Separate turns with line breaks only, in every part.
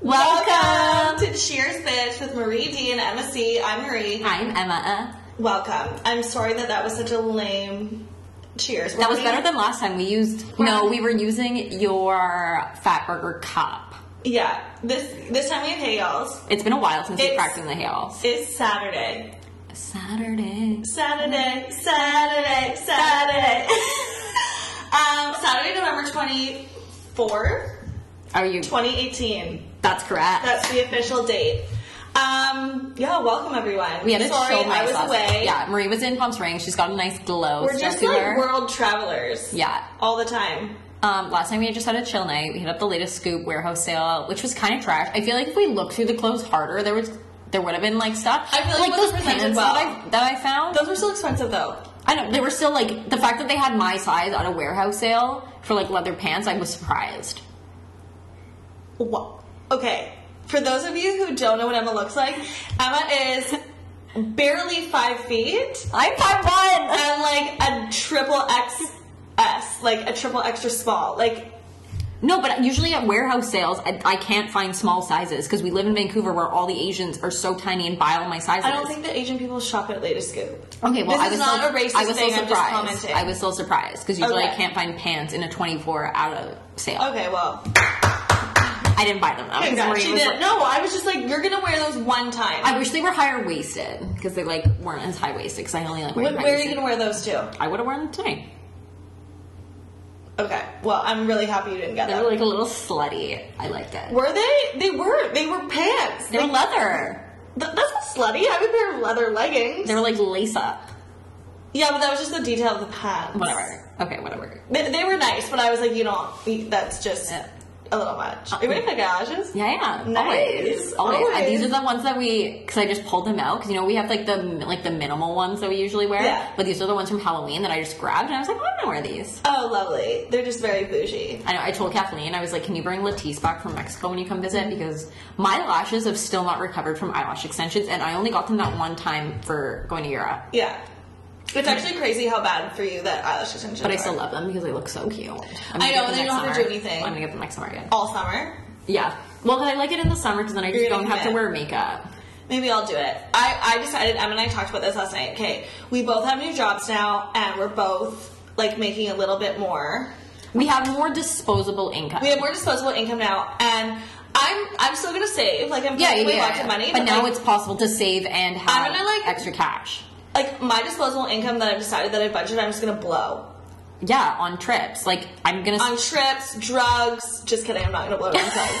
Welcome.
to Cheers Bitch with Marie D and Emma C. I'm Marie.
I'm Emma. Uh,
Welcome. I'm sorry that that was such a lame cheers.
That was better than last time we used. No, we were using your Fatburger cup.
Yeah. This this time we have Hales.
It's been a while since we
It's-
cracked in the hails.
It's Saturday.
Saturday.
Saturday. Saturday. Saturday. um, Saturday, November twenty fourth,
Are you?
2018.
That's correct.
That's the official date. Um, yeah, welcome everyone.
we had a
sorry,
chill night
I was
last
away.
night. Yeah, Marie was in Palm Springs. She's got a nice glow.
We're
still
just
to
like
her.
world travelers.
yeah.
All the time.
Um, last time we had just had a chill night. We hit up the latest scoop warehouse sale, which was kind of trash. I feel like if we looked through the clothes harder, there was there would have been like stuff.
I feel like it
those
wasn't presented
pants
well.
that, I, that I found.
Those were still expensive though.
I don't. They were still like the fact that they had my size on a warehouse sale for like leather pants. I was surprised.
Wha- Okay. For those of you who don't know what Emma looks like, Emma is barely five feet
I'm five one.
and like a triple XS, like a triple extra small. Like,
No, but usually at warehouse sales, I, I can't find small sizes because we live in Vancouver, where all the Asians are so tiny and buy all my sizes.
I don't think that Asian people shop at Latest Scoop.
Okay, well,
This
I
is
was
not
still,
a racist
I was still
thing, I'm just
surprised.
commenting.
I was still surprised because usually I
Okay.
can't find pants in a 24 out of sale.
Okay, well,
I didn't buy them though. 'cause
congrats.
Marie
She
was
did-
like-
no, I was just like, you're gonna wear those one time.
I wish they were higher waisted because they like weren't as high waisted because I only like
Wh-
wearing
where are you
high-waisted.
gonna wear those to?
I would have worn them today.
Okay, well, I'm really happy you didn't get
They
them.
were like a little slutty. I liked it.
Were they? They were. They were pants.
They were leather.
Th- that's not slutty. I would wear leather leggings.
They were like lace up.
Yeah, but that was just the detail of the pants.
Whatever. Okay, whatever.
They, they were nice, but I was like, you don't. That's just
Yeah. Uh,
a little much. Are we in the garages?
Yeah, yeah.
Nice.
Always. Always.
Always.
And these are the ones that we, because I just pulled them out, because you know, we have like the like the minimal ones that we usually wear.
Yeah.
But these are the ones from Halloween that I just grabbed, and I was like, I'm gonna wear these.
Oh, lovely. They're just very bougie.
I know. I told Kathleen, I was like, "Can you bring Latisse back from Mexico when you come visit?" Because my lashes have still not recovered from eyelash extensions, and I only got them that one time for going to Europe.
Yeah. It's actually crazy how bad for you that eyelash extensions
But I
are.
still love them because they look so cute. I'm gonna
I know,
get them next
they don't have to
summer.
do anything.
I'm gonna get them next summer again.
all summer.
Yeah. Well, 'cause I like it in the summer because then I just
You're gonna
don't have to
commit.
wear makeup.
Maybe I'll do it. I, I decided, Em and I talked about this last night. Okay, we both have new jobs now, and we're both like making a little bit more.
We have more disposable income.
We have more disposable income now, and I'm I'm still gonna save. Like I'm
yeah, yeah,
putting away
yeah,
lots
yeah.
of money,
But now
like,
it's possible to save and have
I'm gonna, like-
extra cash.
like my disposable income that I've decided that I budget. I'm just gonna blow
Yeah, on trips. Like I'm gonna.
on trips, drugs. Just kidding. I'm not gonna blow it on drugs,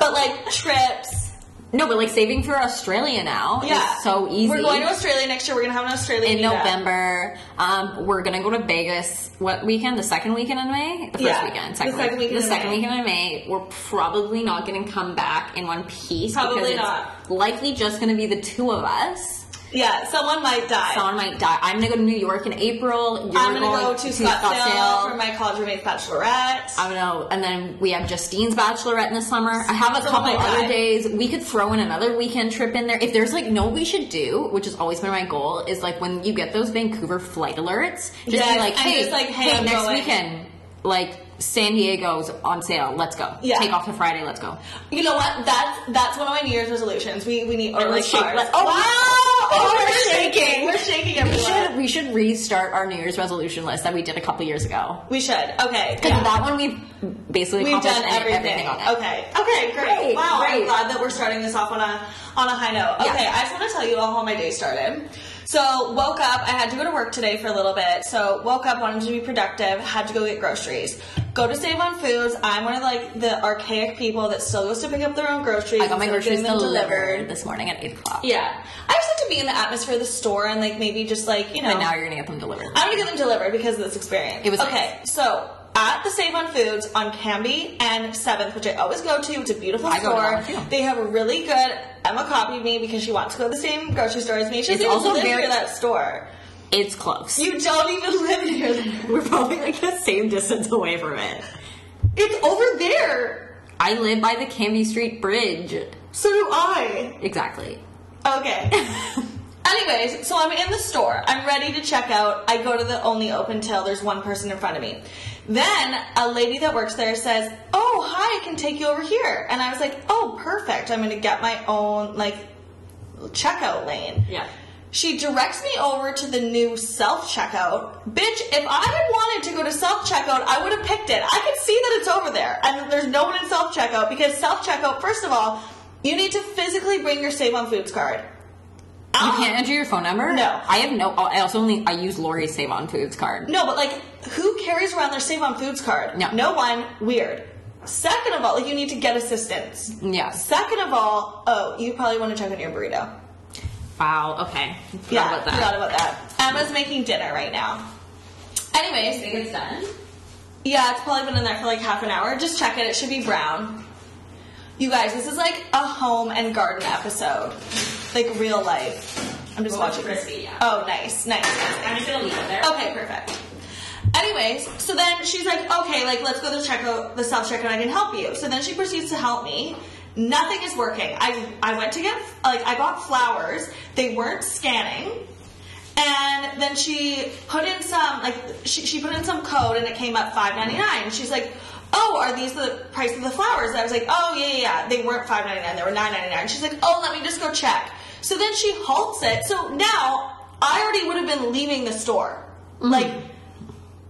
but like trips.
no, but like saving for Australia now
Yeah,
is so easy.
We're going to Australia next year. We're gonna have an
in
Australian meetup.
November. Um, we're gonna go to Vegas. What weekend? The second weekend in May? The first
Yeah,
weekend.
the second
week-
weekend
The
in
second
May.
weekend in May. We're probably not gonna come back in one piece.
Probably
because it's
not.
Likely just gonna be the two of us.
Yeah, someone might die.
Someone might die. I'm gonna go to New York in April. You're
I'm gonna
going Uh,
go to, Scottsdale, for my college roommate's bachelorette.
I don't know. And then we have Justine's bachelorette in the summer. I have a
So
couple
my
other
God.
days. We could throw in another weekend trip in there. If there's like no, we should do, which has always been my goal, is like when you get those Vancouver flight alerts, just
Yes,
be like,
and
hey,
just like, hey,
hey,
I'm
next
going."
weekend, like San Diego's on sale. Let's go.
Yeah.
Take off the Friday. Let's go.
you know what? That's that's one of my New Year's resolutions. We we need or like
Let's shake-
ours.
let's- oh,
Oh,
we're shaking.
We're shaking
We
everyone.
should we should restart our New Year's resolution list that we did a couple years ago.
We should. Okay.
Because
yeah.
that one we've basically
We've
accomplished
done
any-
everything.
on it.
Okay. Okay. Great.
Great,
Wow.
great.
I'm glad that we're starting this off on a on a high note.
Yeah.
Okay. I just want to tell you all how my day started. So woke up. I had to go to work today for a little bit. So woke up, wanted to be productive. Had to go get groceries. Go to Save on Foods. I'm one of like the archaic people that still goes to pick up their own groceries.
I got my
instead of
groceries
getting them
delivered, this morning at eight o'clock.
Yeah. I just like to be in the atmosphere of the store and like maybe just like you know.
But now you're gonna get them delivered.
I'm gonna get them delivered because of this experience.
It was
okay. So at the Save on Foods on Canby and Seventh, which I always go to, it's a beautiful
I go to
store.
that one, too.
They have a really good. Emma copied me because she wants to go to the same grocery store as me. She doesn't
It's
even
also
live
very-
near that store.
It's close.
You don't even live near there.
We're probably like the same distance away from it.
It's over there.
I live by the Canby Street Bridge.
So do I.
Exactly.
Okay. Anyways, so I'm in the store. I'm ready to check out. I go to the only open till there's one person in front of me. Then a lady that works there says, "Oh, hi, I can take you over here." And I was like, "Oh, perfect. I'm going to get my own like checkout lane."
Yeah.
She directs me over to the new self checkout. Bitch, if I had wanted to go to self checkout, I would have picked it. I can see that it's over there and that there's no one in self checkout because self checkout, first of all, you need to physically bring your Save on Foods card.
You can't enter your phone number.
No.
I have no. I also only I use Lori's Save on Foods card.
No, but like, who carries around their Save on Foods card?
No.
No one. Weird. Second of all, like, you need to get assistance.
Yes.
Second of all, oh, you probably want to check on your burrito.
Wow. Okay. Forgot
yeah,
about that.
forgot about that. Emma's making dinner right now. Anyways,
it's done.
Yeah, it's probably been in there for like half an hour. Just check it. It should be brown. You guys, this is like a home and garden episode. Like real life. I'm just
Well, it's
watching.
crispy, yeah.
Oh, nice, nice, Oh, nice.
I'm just gonna leave it there.
Okay, perfect. Anyways, so then she's like, okay, like let's go to the checkout, the self checkout. I can help you. So then she proceeds to help me. Nothing is working. I I went to get like I bought flowers. They weren't scanning. And then she put in some like she, she put in some code and it came up five ninety nine. She's like, oh, are these the price of the flowers? And I was like, oh yeah yeah, yeah. They weren't five ninety nine. They were nine ninety nine. She's like, oh, let me just go check. So then she halts it. So now I already would have been leaving the store. Mm-hmm. Like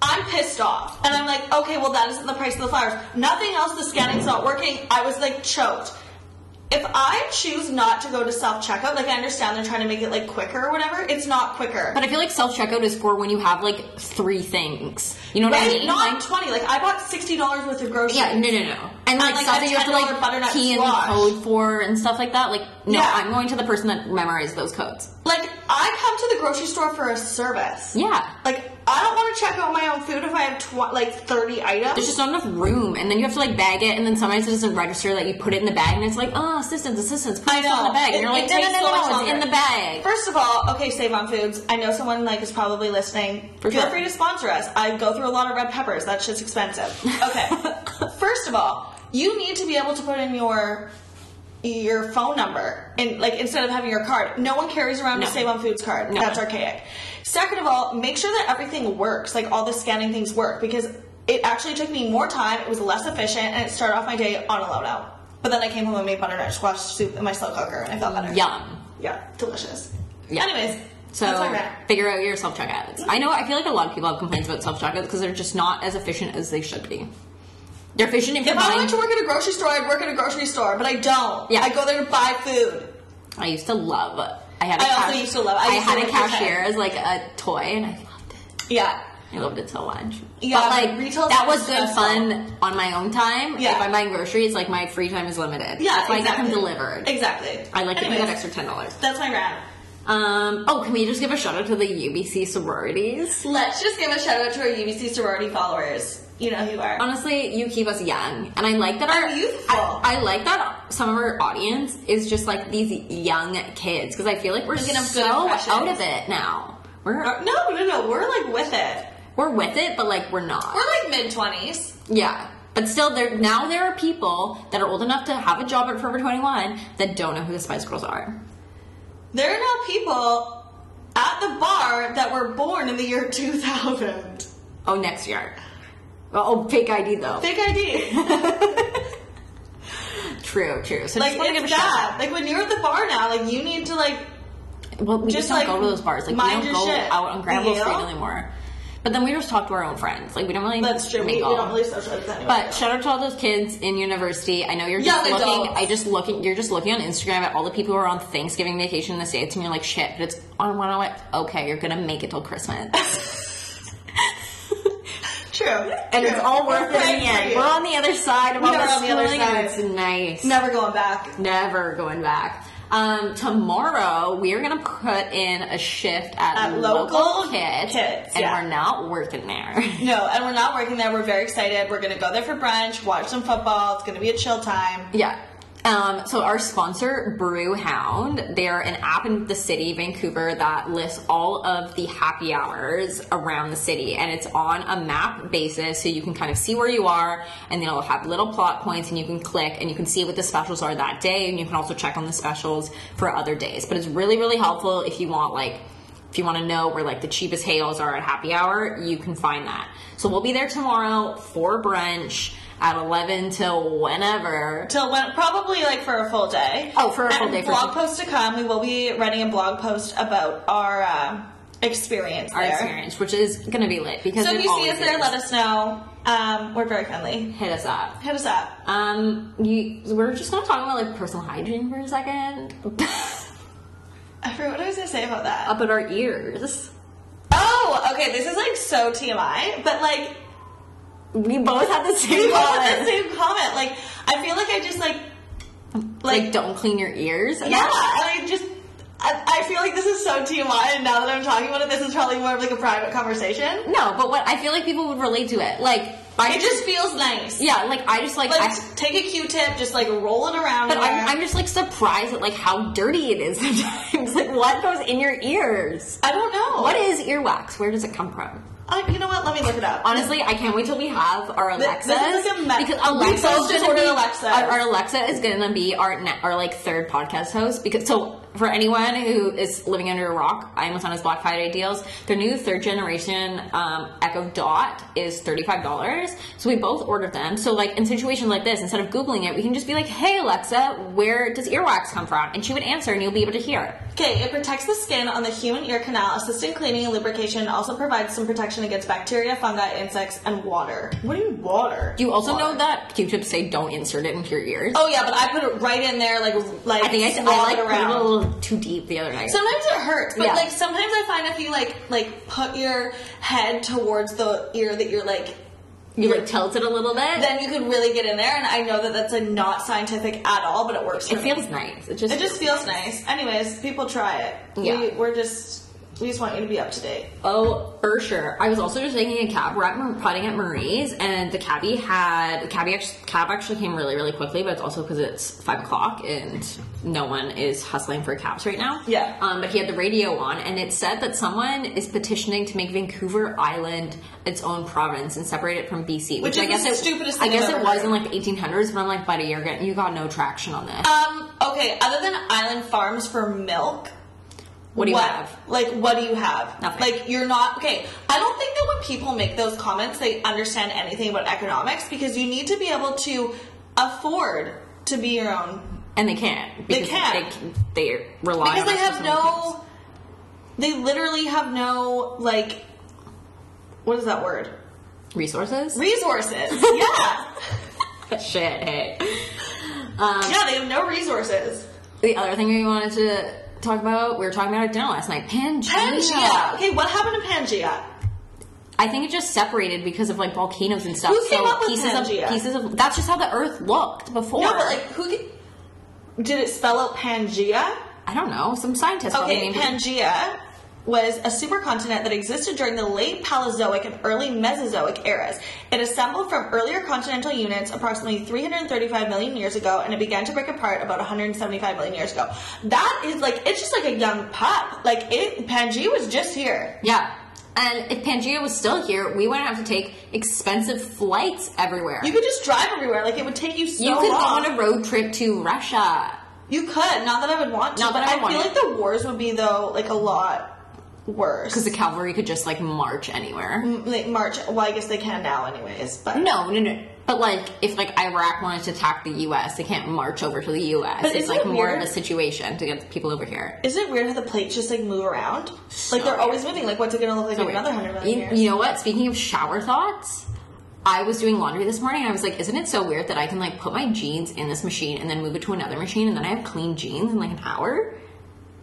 I'm pissed off. And I'm like, okay, well, that isn't the price of the flowers. Nothing else, the scanning's not working. I was like choked. If I choose not to go to self checkout, like I understand they're trying to make it like quicker or whatever, it's not quicker.
But I feel like self checkout is for when you have like three things. You know what I
right?
mean?
Not
Like-
20. Like I bought $60 worth of groceries.
yeah, no, no, no. And like,
like, a
something you have to
$10
like
butternut
key in the
squash.
code for and stuff like that. Like, no,
Yeah.
I'm going to the person that memorized those codes.
Like I come to the grocery store for a service.
Yeah.
Like I don't want to check out my own food if I have tw- like 30 items.
There's just not enough room, and then you have to like bag it, and then sometimes it doesn't register that you put it in the bag, and it's like, oh, assistance, assistance, put
I
it in
know.
the bag,
It-
and you're like,
it
no, no,
takes
no,
so much
no, it's
longer.
in the bag.
First of all, okay, Save on Foods. I know someone like is probably listening.
For
Feel
sure.
free to sponsor us. I go through a lot of red peppers. That shit's expensive. Okay. First of all, you need to be able to put in your your phone number and like instead of having your card. No one carries around a
No.
Save on Foods card.
No.
That's archaic. Second of all, make sure that everything works, like all the scanning things work, because it actually took me more time, it was less efficient, and it started off my day on a low note. But then I came home and made butternut squash soup in my slow cooker and I felt better.
Yum.
Yeah, delicious.
Yeah.
Anyways,
So
that's my rant.
figure out your self checkouts. I know I feel like a lot of people have complaints about self checkouts because they're just not as efficient as they should be. They're efficient if you're
If I
buying.
went to work at a grocery store, I'd work at a grocery store, but I don't.
Yeah.
I go there to buy food.
I used to love. I had. A
I also
cash-
used to love- I used to
had a
work with
cashier as like a toy, and I loved it.
Yeah.
I loved it so much.
Yeah,
but
like,
like
retail
that
time
was
is
good
stressful.
fun on my own time.
Yeah.
If I'm buying groceries, like my free time is limited.
Yeah.
that's why I
exactly.
got them delivered.
Exactly.
I like to pay
Anyways,
that extra ten dollars.
That's my rant.
Um. Oh, can we just give a shout out to the UBC sororities?
Let's just give a shout out to our UBC sorority followers. You know who you are.
Honestly, you keep us young, and I like that our
I'm youthful.
I, I like that some of our audience is just like these young kids because I feel like we're
Making
getting
up good
so out
impressions.
of it now. We're
Uh, No, no, no. We're like with it.
we're with it, but like we're not.
We're like mid twenties.
Yeah. But still, there now there are people that are old enough to have a job at Forever 21 that don't know who the Spice Girls are.
There are now people at the bar that were born in the year two thousand.
Oh, next year. Oh, oh, fake ID though.
Big idea.
True, true. So
like
just want to give a
it's
shout
that. Like when you're at the bar now, like you need to like
out. Well, we just,
Just,
don't
like,
go to those bars. Like
mind
we
your
don't go
shit.
out on Granville
Yeah.
Street anymore. But then we just talk to our own friends. Like we don't really
that's true. We, we
mingle.
don't really socialize anymore.
But shout out to all those kids in university. I know you're
Young
just looking.
adults.
I just looking. You're just looking on Instagram at all the people who are on Thanksgiving vacation in the states, and you're like, shit. But it's on one hour. Okay, you're gonna make it till Christmas,
True.
and it's all worth it in the end. We're on the other side of all
We are
this
on the other
schooling, and
side.
It's nice.
Never going back.
Never going back. Um, tomorrow we are gonna put in a shift at,
At
local,
local
kids,
Kids,
and
yeah.
we're not working there.
No, and we're not working there. We're very excited. We're gonna go there for brunch, watch some football. It's gonna be a chill time.
Yeah. Um, so our sponsor, Brew Hound, they're an app in the city, Vancouver, that lists all of the happy hours around the city, and it's on a map basis, so you can kind of see where you are, and then it'll have little plot points, and you can click, and you can see what the specials are that day, and you can also check on the specials for other days. But it's really, really helpful if you want like If you want to know where like the cheapest hails are at happy hour, you can find that. So we'll be there tomorrow for brunch at 11 till whenever.
Till when, probably like for a full day.
Oh, for a full
And
day, for
Blog
sure.
post to come. We will be writing a blog post about our um experience
Our
there.
experience, which is gonna be lit because
So
it
if you see
always
us there,
is.
let us know. Um, we're very friendly.
hit us up.
Hit us up.
Um, you, we're just gonna talk about like personal hygiene for a second.
I forgot what I was gonna say about that.
Up at our ears.
Oh, okay. This is like so TMI, but like
We both had the same
we both had the
one.
same comment. Like I feel like I just like
Like,
like
don't clean your ears.
yeah, and I just. I, I feel like this is so TMI, and now that I'm talking about it, this is probably more of like a private conversation.
No, but what I feel like people would relate to it. Like I
It just feels nice.
yeah, like I just like,
Like
I,
take a Q-tip, just like roll it around.
but
there.
I'm, I'm just like surprised at like how dirty it is sometimes. like what goes in your ears?
I don't know.
What is earwax? Where does it come from?
I, you know what? Let me look it up.
Honestly, I can't wait till we have our
This-
Alexa
this is like a me-
because
we
Alexa
both
is
just
gonna be
ordered Alexa.
Our, our Alexa is gonna be our ne- our like third podcast host because so for anyone who is living under a rock, Amazon is Black Friday deals. Their new third generation um, Echo Dot is thirty five dollars. So we both ordered them. So like in situations like this, instead of googling it, we can just be like, "Hey Alexa, where does earwax come from?" And she would answer, and you'll be able to hear. it.
Okay, it protects the skin on the human ear canal, assisting cleaning and lubrication, and also provides some protection against bacteria, fungi, insects, and water. What do you mean water?
You also know that Q-tips say don't insert it into your ears.
Oh yeah, but I put it right in there, like like
I think I, I
swab
like
it
put it
around.
a little too deep the other night.
Sometimes it hurts, but
Yeah.
like sometimes I find if you like like put your head towards the ear that you're like,
you like tilt it a little bit.
then you could really get in there. And I know that that's like, not scientific at all, but it works. For
it
me.
feels nice. It just
It just feels nice. Anyways, people try it. We,
Yeah.
we're just we just want you to be up to date.
oh for sure. I was also just taking a cab. We're at Mar- putting at Marie's, and the cabbie had the cabbie actually, cab actually came really really quickly, but it's also because it's five o'clock and no one is hustling for cabs right now.
Yeah.
Um, but he had the radio on, and it said that someone is petitioning to make Vancouver Island its own province and separate it from BC,
Which
I
is
guess
the
it,
stupidest
I
thing I've
guess it
ever
was
heard.
in like the 1800s, but I'm like, buddy, you're getting, you got no traction on this.
Um, okay, other than Island Farms for milk,
What do you have?
Like, what do you have?
Nothing.
Like, you're not okay. I don't think that when people make those comments, they understand anything about economics because you need to be able to afford to be your own
And they can't.
They
because
can't.
They, they rely
because
on
they
us
have
for so many things.
no. They literally have no like. What is that word?
resources.
Resources. yeah.
Shit, hey. Um,
Yeah, they have no resources.
The other thing we wanted to talk about, we were talking about at dinner last night. Pangea.
Pangea. Okay, what happened to Pangea?
I think it just separated because of like volcanoes and stuff.
Who came
so
up with
pieces
Pangea?
of pieces of that's just how the Earth looked before.
No, but like, who g- did it spell out Pangea?
I don't know. Some scientist probably
Okay,
named it.
Pangea was a supercontinent that existed during the late Paleozoic and early Mesozoic eras. It assembled from earlier continental units approximately 335 million years ago, and it began to break apart about 175 million years ago. That is like it's just like a young pup. Like it, Pangea was just here.
Yeah. And if Pangea was still here, we wouldn't have to take expensive flights everywhere.
You could just drive everywhere. Like it would take you so
You could go
long.
on a road trip to Russia.
you could. Not that I would want to.
Not
but
that I
I,
would want
feel
to.
like the wars would be though like a lot worse.
Because the cavalry could just like march anywhere.
Like March. Well, I guess they can now, anyways. But
No, no, no. But like, if like Iraq wanted to attack the U.S., they can't march over to the U.S.
But
it's
isn't
like
it
more of
weird?
a situation to get the people over here.
Isn't it weird how the plates just like move around? like they're
weird.
always moving. Like what's it gonna look like in another hundred million
you,
years?
you know what? Speaking of shower thoughts, I was doing laundry this morning. and I was like, isn't it so weird that I can like put my jeans in this machine and then move it to another machine, and then I have clean jeans in like an hour?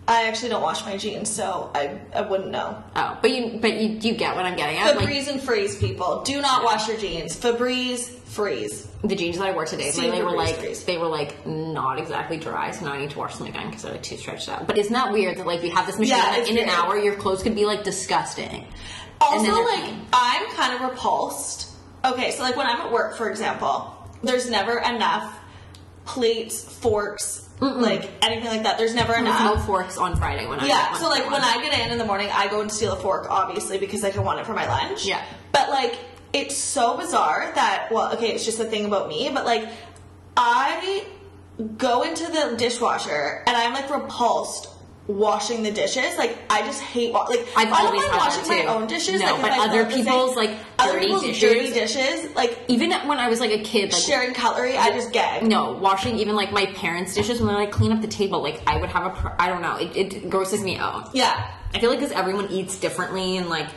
I actually don't wash my jeans, so I, I wouldn't know.
Oh, but you, but you, you get what I'm getting at.
Febreze and freeze, people. Do not wash your jeans. Febreze, freeze.
Like the jeans that I wore today,
See,
they were
Febreze,
like
Febreze.
they were like not exactly dry, so now I need to wash them again because they're like too stretched out. But isn't that weird that like we have this machine
Yeah,
that
it's
in an
weird.
hour your clothes could be like disgusting? And
Also,
then they're
like
clean.
I'm kind of repulsed. Okay, so like when I'm at work, for example, there's never enough plates, forks, like anything like that. There's never
There's
enough.
no forks on Friday when I
Yeah,
get
so
one
like
for
when
one.
I get in in the morning, I go and steal a fork, obviously, because I can want it for my lunch.
Yeah.
But like, it's so bizarre that, well, okay, it's just a thing about me, but like, I go into the dishwasher and I'm like repulsed washing the dishes. Like I just hate wa- like
I've
I don't
always
mind
had
washing
that
my
too.
own dishes.
No,
like, if
but
I
other
feel the same-
people's, like,
other
dirty
people's
dishes-
dirty dishes, like
Even when I was like a kid, like
sharing cutlery, I just gag.
no washing even like my parents' dishes when they like clean up the table. Like I would have a pr- I don't know. It, it grosses me out.
Yeah.
I feel like because everyone eats differently and like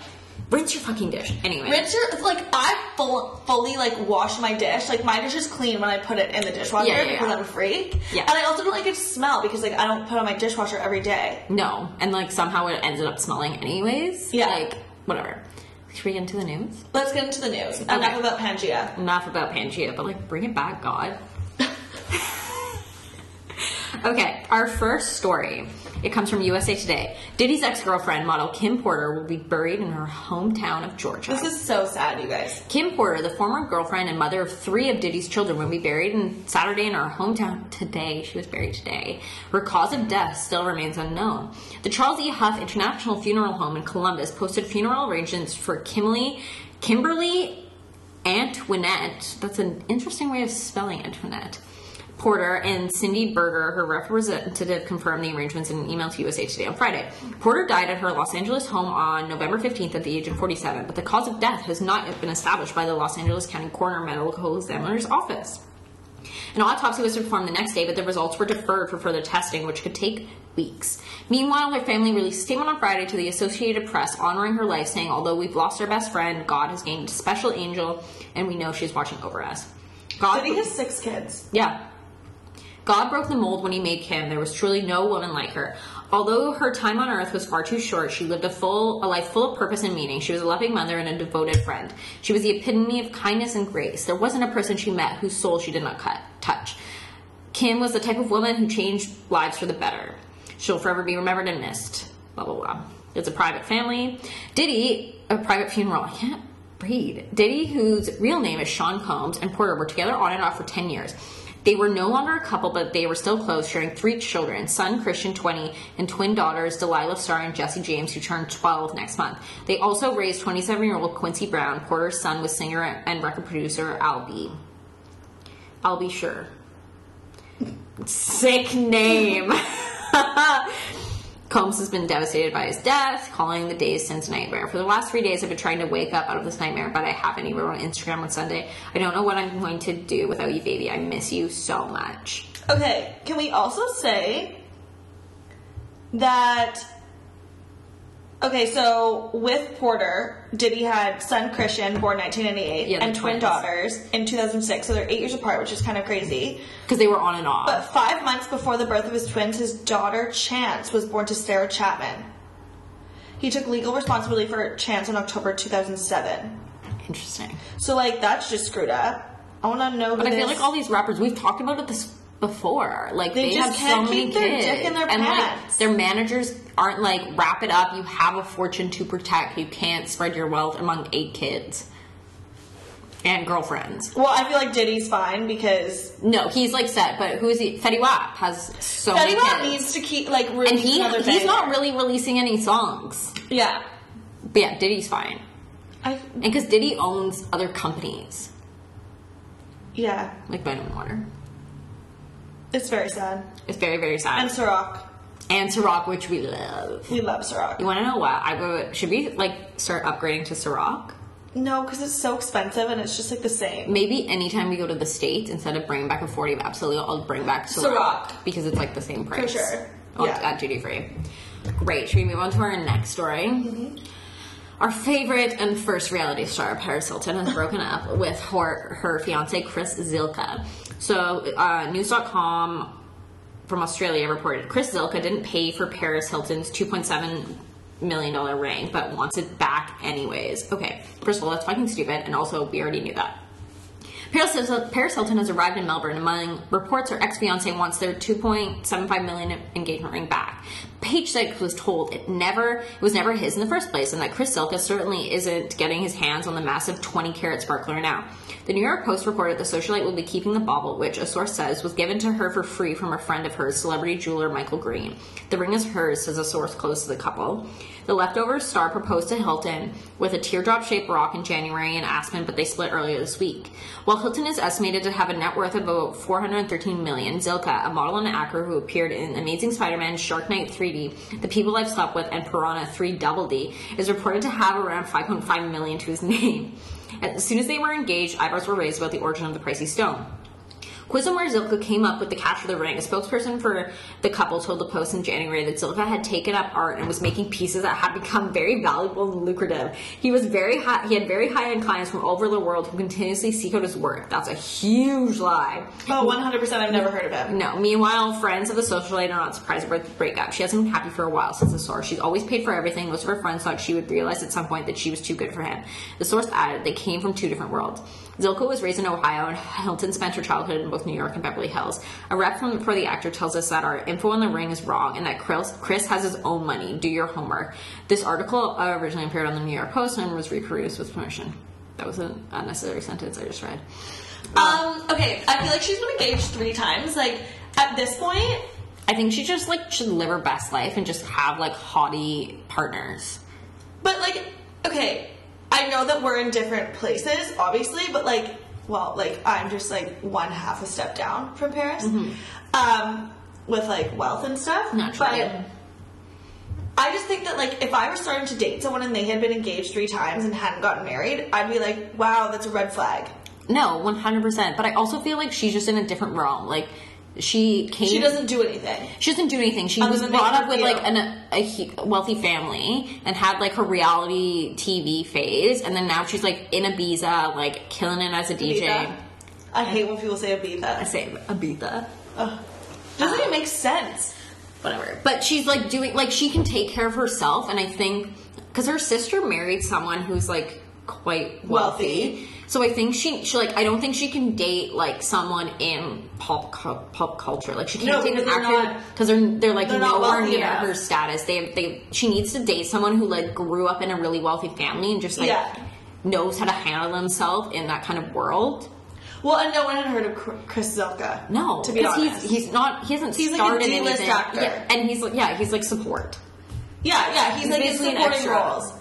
rinse your fucking dish anyway.
Richard, like I full, fully like wash my dish. Like my dish is clean when I put it in the dishwasher
Yeah, yeah,
because
yeah.
I'm a freak.
Yeah.
And I also don't like its smell because like I don't put on my dishwasher every day.
No, and like somehow it ended up smelling anyways.
Yeah.
like whatever. Should we get into the news?
Let's get into the news. Enough
Okay.
about Pangea.
Enough about Pangea, but like bring it back, God. okay, our first story. It comes from USA Today. Diddy's ex-girlfriend, model Kim Porter, will be buried in her hometown of Georgia.
This is so sad, you guys.
Kim Porter, the former girlfriend and mother of three of Diddy's children, will be buried in Saturday in her hometown today. She was buried today. Her cause of death still remains unknown. The Charles E. Huff International Funeral Home in Columbus posted funeral arrangements for Kimberly, Kimberly Antoinette. That's an interesting way of spelling Antoinette. Porter and Cindy Berger, her representative, confirmed the arrangements in an email to USA Today on Friday. Porter died at her Los Angeles home on November 15th at the age of 47, but the cause of death has not yet been established by the Los Angeles County Coroner Medical Examiner's Office. An autopsy was performed the next day, but the results were deferred for further testing, which could take weeks. Meanwhile, her family released a statement on Friday to the Associated Press honoring her life, saying, Although we've lost our best friend, God has gained a special angel, and we know she's watching over us. God
Diddy has six kids.
yeah. God broke the mold when he made Kim. There was truly no woman like her. Although her time on earth was far too short, she lived a full a life full of purpose and meaning. She was a loving mother and a devoted friend. She was the epitome of kindness and grace. There wasn't a person she met whose soul she did not cut, touch. Kim was the type of woman who changed lives for the better. She'll forever be remembered and missed. Blah blah blah. It's a private family. Diddy, a private funeral. I can't breathe. Diddy, whose real name is Sean Combs, and Porter were together on and off for ten years. They were no longer a couple, but they were still close, sharing three children son Christian, 20, and twin daughters Delilah Starr and Jesse James, who turned 12 next month. They also raised 27 year old Quincy Brown, Porter's son, with singer and record producer Al B. I'll be sure. Sick name. Combs has been devastated by his death, calling the days since nightmare. For the last three days, I've been trying to wake up out of this nightmare, but I haven't. He wrote on Instagram on Sunday, I don't know what I'm going to do without you, baby. I miss you so much.
Okay, can we also say that? Okay, so with Porter, Diddy had son Christian, born 1998,
Yeah, they're
and twin
twins.
daughters in 2006. So they're eight years apart, which is kind of crazy.
Because they were on and off.
But Uh, five months before the birth of his twins, his daughter Chance was born to Sarah Chapman. He took legal responsibility for Chance in October 2007.
Interesting.
So, like, that's just screwed up. I want to know who
But I feel
this-
like all these rappers, we've talked about it this before. Like
They
they, have
just can't
so many
keep their
kids,
dick in their
and
pants.
like their managers aren't like wrap it up. You have a fortune to protect. You can't spread your wealth among eight kids and girlfriends.
Well, I feel like Diddy's fine because
No, he's like set. But who is he? Fetty Wap has so
Fetty
many
Wap
kids.
needs to keep like
and
release
he
another
he's
banger.
not really releasing any songs.
Yeah,
But yeah, Diddy's fine,
I
and because Diddy owns other companies
yeah,
like Vitamin Water.
it's very sad.
It's very very
And
sad.
Ciroc,
And Ciroc, which we love.
we love Ciroc.
You want to know what I would? Should we like start upgrading to Ciroc?
No, because it's so expensive and it's just like the same.
Maybe anytime we go to the states, instead of bringing back a forty of Absolute, I'll bring back Ciroc,
Ciroc.
because it's like the same price
sure.
on-
Yeah.
at duty free. Great. Should we move on to our next story?
Mm-hmm.
Our favorite and first reality star, Paris Hilton, has broken up with her, her fiance, Chris Zilka. So, uh, news.com from Australia reported Chris Zilka didn't pay for Paris Hilton's $2.7 million ring, but wants it back anyways. Okay, first of all, that's fucking stupid, and also, we already knew that. Paris Hilton, Paris Hilton has arrived in Melbourne. Among reports, her ex-fiance wants their 2.75 million engagement ring back. Page Six was told it never it was never his in the first place, and that Chris Silka certainly isn't getting his hands on the massive 20 carat sparkler now. The New York Post reported the socialite will be keeping the bauble, which a source says was given to her for free from a friend of hers, celebrity jeweler Michael Green. The ring is hers, says a source close to the couple. The leftover star proposed to Hilton with a teardrop shaped rock in January in Aspen, but they split earlier this week. While Hilton is estimated to have a net worth of about 413 million, Zilka, a model and actor who appeared in Amazing Spider Man, Shark Knight 3 Nudie, the people I've slept with, and Piranha 3 Double D, is reported to have around 5.5 million to his name. As soon as they were engaged, eyebrows were raised about the origin of the pricey stone. Quizomar Zilka came up with the catch for the ring. A spokesperson for the couple told the Post in January that Zilka had taken up art and was making pieces that had become very valuable and lucrative. He was very high, he had very high end clients from all over the world who continuously seek out his work. That's a huge lie.
Oh, 100%. I've never heard of it.
No. Meanwhile, friends of the socialite are not surprised about the breakup. She hasn't been happy for a while, says the source. She's always paid for everything. Most of her friends thought she would realize at some point that she was too good for him. The source added they came from two different worlds. Zilka was raised in Ohio, and Hilton spent her childhood in both New York and Beverly Hills. A rep from, for the actor tells us that our info on the ring is wrong and that Chris, Chris has his own money. Do your homework. This article uh, originally appeared on the New York Post and was reproduced with permission. That was an unnecessary sentence I just read.
Um, okay, I feel like she's been engaged three times. Like, at this point,
I think she just like should live her best life and just have like haughty partners.
but like, okay, I know that we're in different places, obviously, but like, well, like, I'm just like one half a step down from Paris.
Mm-hmm.
Um, with like wealth and stuff.
Naturally.
But I just think that like if I were starting to date someone and they had been engaged three times and hadn't gotten married, I'd be like, wow, that's a red flag.
No, one hundred percent. But I also feel like she's just in a different realm. Like she came.
She doesn't do anything.
She doesn't do anything. She
Other
was
than
brought
make
up with
her
like
feel-
an, a hu- wealthy family and had like her reality TV phase, and then now she's like in Ibiza, like killing it as a DJ.
Ibiza. I hate when people say Ibiza.
Same Ibiza.
Doesn't it make sense?
whatever. But she's like doing like she can take care of herself, and I think because her sister married someone who's like quite wealthy.
Wealthy.
So I think she she like I don't think she can date like someone in pop cu- pop culture. Like she can't
No,
date an
because they're
actor
not-
because they're they're like
they're not
nowhere
wealthy
near
enough.
her status. They they she needs to date someone who like grew up in a really wealthy family and just like
Yeah.
knows how to handle himself in that kind of world.
Well, and no one had heard of Chr- Chris Zilka.
No,
to be
'cause
honest.
he's he's not he hasn't
He's, like, a
started
D-list
anything.
actor.
Yeah, and he's like yeah he's like support.
yeah, yeah, he's
he's
like in
basically an
supporting
extra.
roles.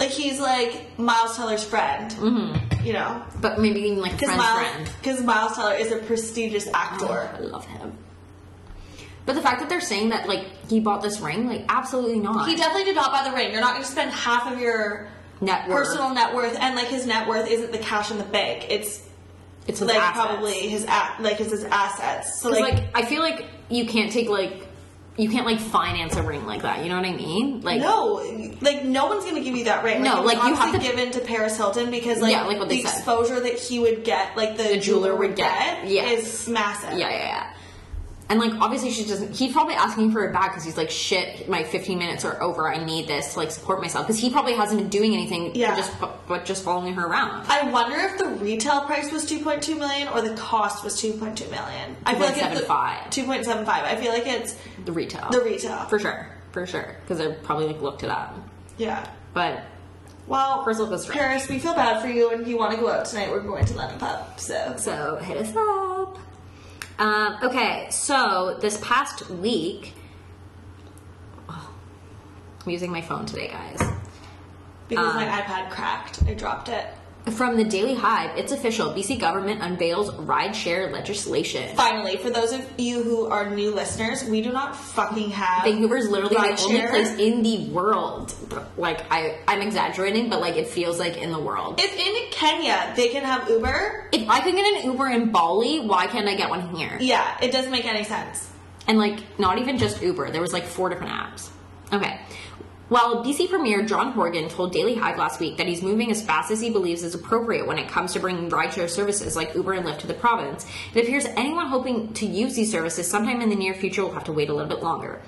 Like he's like Miles Teller's friend. You know,
But maybe even like a
because
friend's
Miles
Mm-hmm. friend. Mm-hmm.
because Miles Teller is a prestigious
I
actor.
love him. But the fact that they're saying that like he bought this ring, like absolutely not.
He definitely did not buy the ring. You're not going to spend half of your
Net worth.
personal net worth, and like his net worth isn't the cash in the bank. It's
It's his
like
assets.
probably his a- like it's his assets. So
'Cause,
like
like, I feel like you can't take like you can't like finance a ring like that. You know what I mean? Like
No, like no one's gonna give you that ring.
No,
it was
like, you have
obviously
to-
given to Paris Hilton because like,
Yeah, like what they
the
said.
exposure that he would get, like the,
jeweler would get, yes.
is massive.
yeah, yeah, yeah. And like obviously she doesn't. He's probably asking for it back because he's like, shit, my 15 minutes are over. I need this to like support myself because he probably hasn't been doing anything.
Yeah.
Just but just following her around.
I wonder if the retail price was 2.2 million or the cost was 2.2 million. I it's
2.75.
2.75. I feel like it's
The retail.
the retail.
For sure. For sure. Because I probably like looked it up.
yeah.
But
Well,
Paris Hilton's right.
Paris, we feel bad for you, and if you want to go out tonight, we're going to London Pub. So
So hit us up. Um, okay, so this past week, oh, I'm using my phone today, guys.
because my iPad cracked, I dropped it.
From the Daily Hive, it's official. BC government unveils rideshare legislation.
Finally, for those of you who are new listeners, we do not fucking have
Vancouver is literally the only
rideshare.
place in the world. Like I, I'm exaggerating, but like it feels like in the world.
If in Kenya they can have Uber,
If I could get an Uber in Bali, why can't I get one here?
yeah, it doesn't make any sense.
and like not even just Uber. There was like four different apps. Okay. While BC Premier John Horgan told Daily Hive last week that he's moving as fast as he believes is appropriate when it comes to bringing rideshare services like Uber and Lyft to the province, it appears anyone hoping to use these services sometime in the near future will have to wait a little bit longer.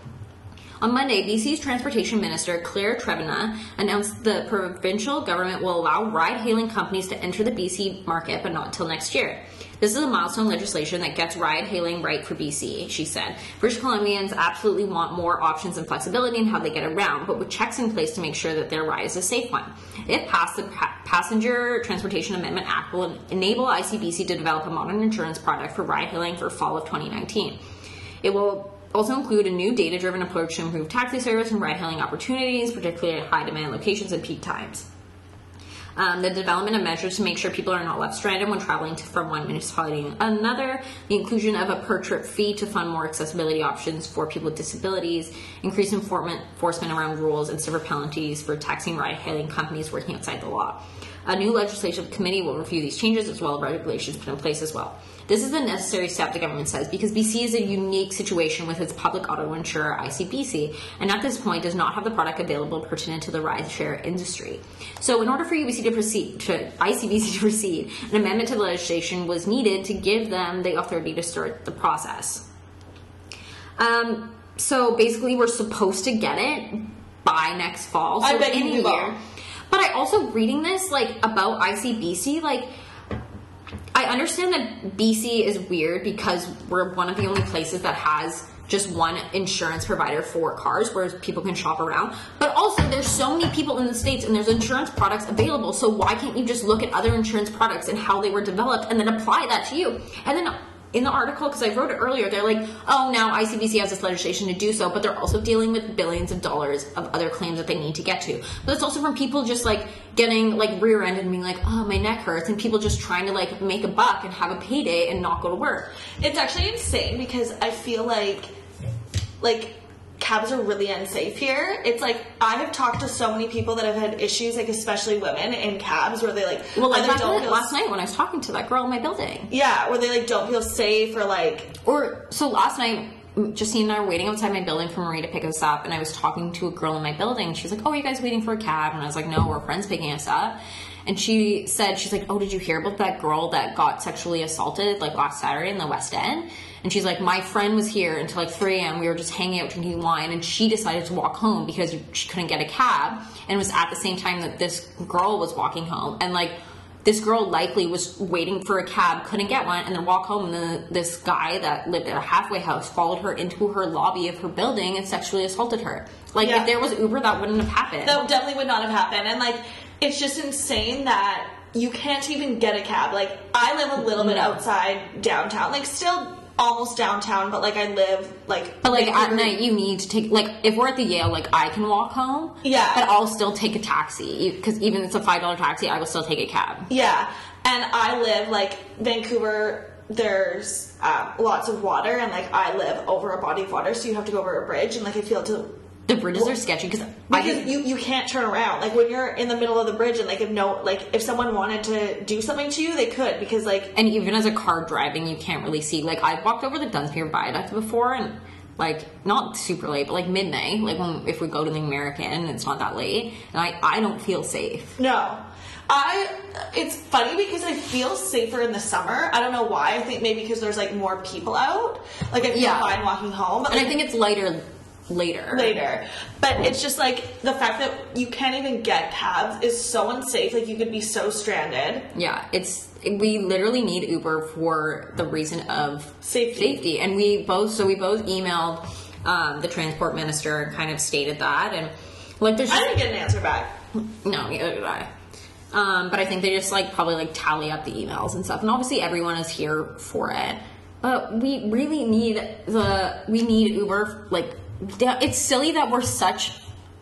On Monday, BC's Transportation Minister Claire Trevena announced the provincial government will allow ride hailing companies to enter the BC market, but not till next year. This is a milestone legislation that gets ride hailing right for BC, she said. British Columbians absolutely want more options and flexibility in how they get around, but with checks in place to make sure that their ride is a safe one. If passed, the Pa- Passenger Transportation Amendment Act will enable ICBC to develop a modern insurance product for ride hailing for fall of 2019. It will also include a new data driven approach to improve taxi service and ride hailing opportunities, particularly at high demand locations and peak times. um, the development of measures to make sure people are not left stranded when traveling to, from one municipality to another, the inclusion of a per trip fee to fund more accessibility options for people with disabilities, increased enforcement, enforcement around rules and severe penalties for taxing ride hailing companies working outside the law. A new legislative committee will review these changes as well as regulations put in place as well. This is a necessary step, the government says, because BC is a unique situation with its public auto insurer, ICBC, and at this point does not have the product available pertinent to the rideshare industry. So, in order for UBC to proceed, to ICBC to proceed, an amendment to the legislation was needed to give them the authority to start the process. Um, so basically, we're supposed to get it by next fall. So
I bet
in
you
a
we will.
year. But I also reading this like about ICBC, like I understand that BC is weird because we're one of the only places that has just one insurance provider for cars, whereas people can shop around. But also, there's so many people in the states, and there's insurance products available. So why can't you just look at other insurance products and how they were developed, and then apply that to you? And then in the article, because I wrote it earlier, they're like, "Oh, now ICBC has this legislation to do so," but they're also dealing with billions of dollars of other claims that they need to get to. But it's also from people just like getting like rear-ended and being like, "Oh, my neck hurts," and people just trying to like make a buck and have a payday and not go to work.
It's actually insane because I feel like like cabs are really unsafe here. It's like I have talked to so many people that have had issues, like especially women in cabs where they like
Well, like
either
last,
don't feel
last night when I was talking to that girl in my building,
yeah, where they like don't feel safe or like
or so last night. Justine and I were waiting outside my building for Marie to pick us up, and I was talking to a girl in my building. She was like, "Oh, are you guys waiting for a cab?" And I was like, "No, we're friends picking us up." And she said, "She's like, oh, did you hear about that girl that got sexually assaulted like last Saturday in the West End?" And she's like, "My friend was here until like 3 a.m. We were just hanging out drinking wine, and she decided to walk home because she couldn't get a cab, and it was at the same time that this girl was walking home, and like." this girl likely was waiting for a cab, couldn't get one, and then walk home. And then this guy that lived at a halfway house followed her into her lobby of her building and sexually assaulted her. Like
Yeah.
if there was Uber, that wouldn't have happened.
that definitely would not have happened. And like, it's just insane that you can't even get a cab. Like, I live a little bit
No.
outside downtown, like still almost downtown, but like I live like.
but like at
Vancouver-
night, you need to take like if we're at the Yale, like I can walk home.
Yeah.
but I'll still take a taxi because even if it's a five dollar taxi, I will still take a cab.
Yeah, and I live like Vancouver. There's um, lots of water, and like I live over a body of water, so you have to go over a bridge, and like I feel to.
The bridges are sketchy because I
Because you, you can't turn around. Like when you're in the middle of the bridge and like if no like if someone wanted to do something to you, they could because like
and even as a car driving, you can't really see. Like I walked over the Dunsmuir Viaduct before, and like not super late, but like midnight. Like when, if we go to the American, it's not that late, and I I don't feel safe.
No. I it's funny because I feel safer in the summer. I don't know why. I think maybe because there's like more people out. Like I feel
Yeah.
fine walking home. But
And I
like,
think it's lighter later.
later. But it's just like the fact that you can't even get cabs is so unsafe. Like you could be so stranded.
Yeah, it's we literally need Uber for the reason of
Safety.
safety, and we both so we both emailed um, the transport minister and kind of stated that, and like there's
I
just
didn't get an answer back.
No, neither did I. Um, but I think they just like probably like tally up the emails and stuff. And obviously everyone is here for it. But we really need the we need Uber like da- it's silly that we're such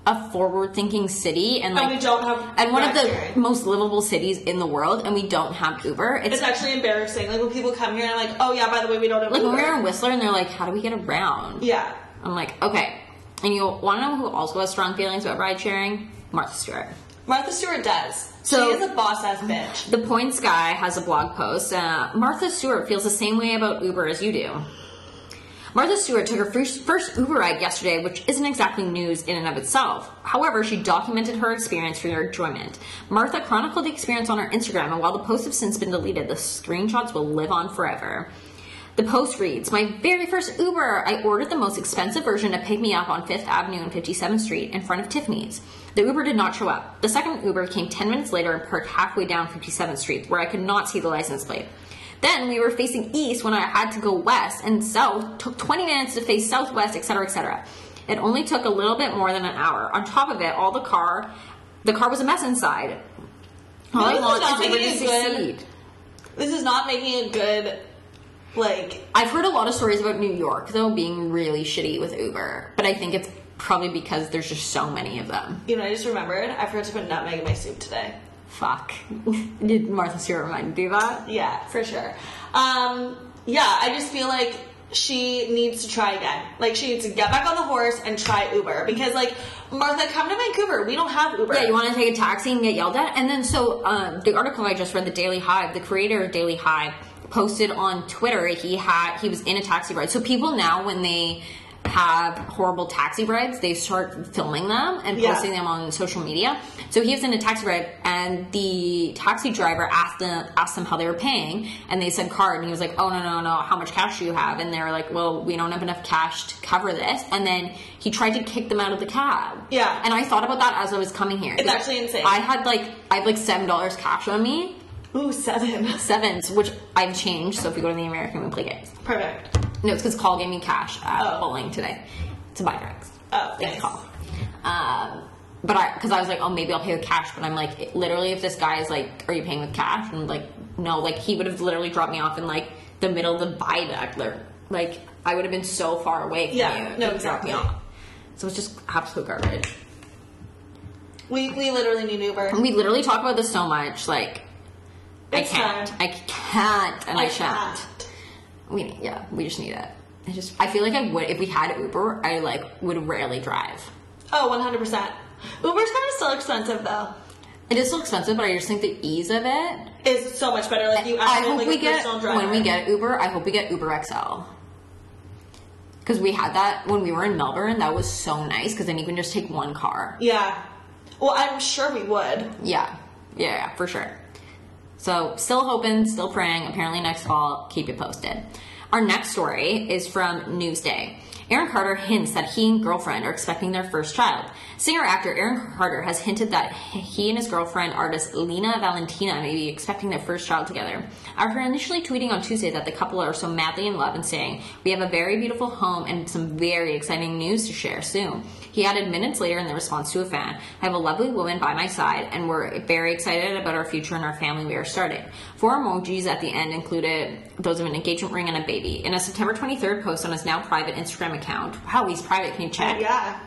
a forward-thinking city and like
And we don't have
and one of the
ride-sharing.
most livable cities in the world and we don't have Uber. It's
It's actually embarrassing. Like when people come here and I'm like, oh yeah, by the way, we don't have
like when we
Uber."
were in Whistler and they're like, How do we get around?
Yeah.
I'm like, okay. And you wanna know who also has strong feelings about ride sharing? Martha Stewart.
Martha Stewart does.
So-
she is a boss ass bitch.
The Points Guy has a blog post. Uh, Martha Stewart feels the same way about Uber as you do. Martha Stewart took her first, first Uber ride yesterday, which isn't exactly news in and of itself. However, she documented her experience for your enjoyment. Martha chronicled the experience on her Instagram, and while the posts have since been deleted, the screenshots will live on forever. The post reads My very first Uber, I ordered the most expensive version to pick me up on 5th Avenue and 57th Street in front of Tiffany's. The Uber did not show up. The second Uber came 10 minutes later and parked halfway down 57th Street, where I could not see the license plate. Then we were facing east when I had to go west and south. Took 20 minutes to face southwest, etc., etc. It only took a little bit more than an hour. On top of it, all the car, the car was a mess inside. All I
This is not
want is Uber to
making it good.
succeed.
This is not making a good like
I've heard a lot of stories about New York though being really shitty with Uber, but I think it's probably because there's just so many of them.
You know, I just remembered I forgot to put nutmeg in my soup today.
Fuck. Did Martha Stewart remind you of that?
Yeah, for sure. Um, yeah, I just feel like she needs to try again. Like she needs to get back on the horse and try Uber because like Martha, come to Vancouver. We don't have Uber.
Yeah, you want to take a taxi and get yelled at? And then, so um, the article I just read, the Daily Hive, the creator of Daily Hive, posted on Twitter he had he was in a taxi ride. So people now, when they have horrible taxi rides, they start filming them and
Yeah.
posting them on social media. So he was in a taxi ride, and the taxi driver asked them asked them how they were paying, and they said card, and he was like, "Oh no no no, how much cash do you have?" And they were like, "Well, we don't have enough cash to cover this." And then he tried to kick them out of the cab.
Yeah.
and I thought about that as I was coming here.
It's actually insane.
I had like I have like seven dollars cash on me,
Ooh, seven.
sevens, which I've changed. So if we go to the American, we play games.
Perfect.
No, it's because Call gave me cash at
Oh.
bowling today to buy drugs.
Oh,
Thanks,
nice.
Call. Um, but I, because I was like, oh, maybe I'll pay with cash. But I'm like, it- literally, if this guy is like, are you paying with cash? And I'm like, no, like he would have literally dropped me off in like the middle of the viaduct. or- Like I would have been so far away from
Yeah,
you.
no,
He dropped me
exactly.
off. So it's just absolute garbage.
We we literally need Uber.
And we literally talk about this so much, like
It's
I can't,
fine.
I can't, and I, shan't.
can't.
We yeah, we just need it. I just I feel like I would if we had Uber, I like would rarely drive.
Oh, 100%. Uber's kind of still expensive though.
It is still expensive, but I just think the ease of it.
Is so much better. Like you
I
actually
hope
like
we
a
get
personal driver.
when we get Uber. I hope we get Uber XL because we had that when we were in Melbourne. That was so nice because then you can just take one car.
Yeah. Well, I'm sure we would.
Yeah, yeah, yeah, for sure. So, still hoping, still praying. Apparently, next fall, keep you posted. Our next story is from Newsday. Aaron Carter hints that he and girlfriend are expecting their first child. Singer actor Aaron Carter has hinted that he and his girlfriend, artist Lena Valentina, may be expecting their first child together. After initially tweeting on Tuesday that the couple are so madly in love and saying, We have a very beautiful home and some very exciting news to share soon. He added minutes later in the response to a fan, I have a lovely woman by my side and we're very excited about our future and our family we are starting. Four emojis at the end included those of an engagement ring and a baby. In a September 23rd post on his now private Instagram account, wow, he's private, can you check?
Yeah.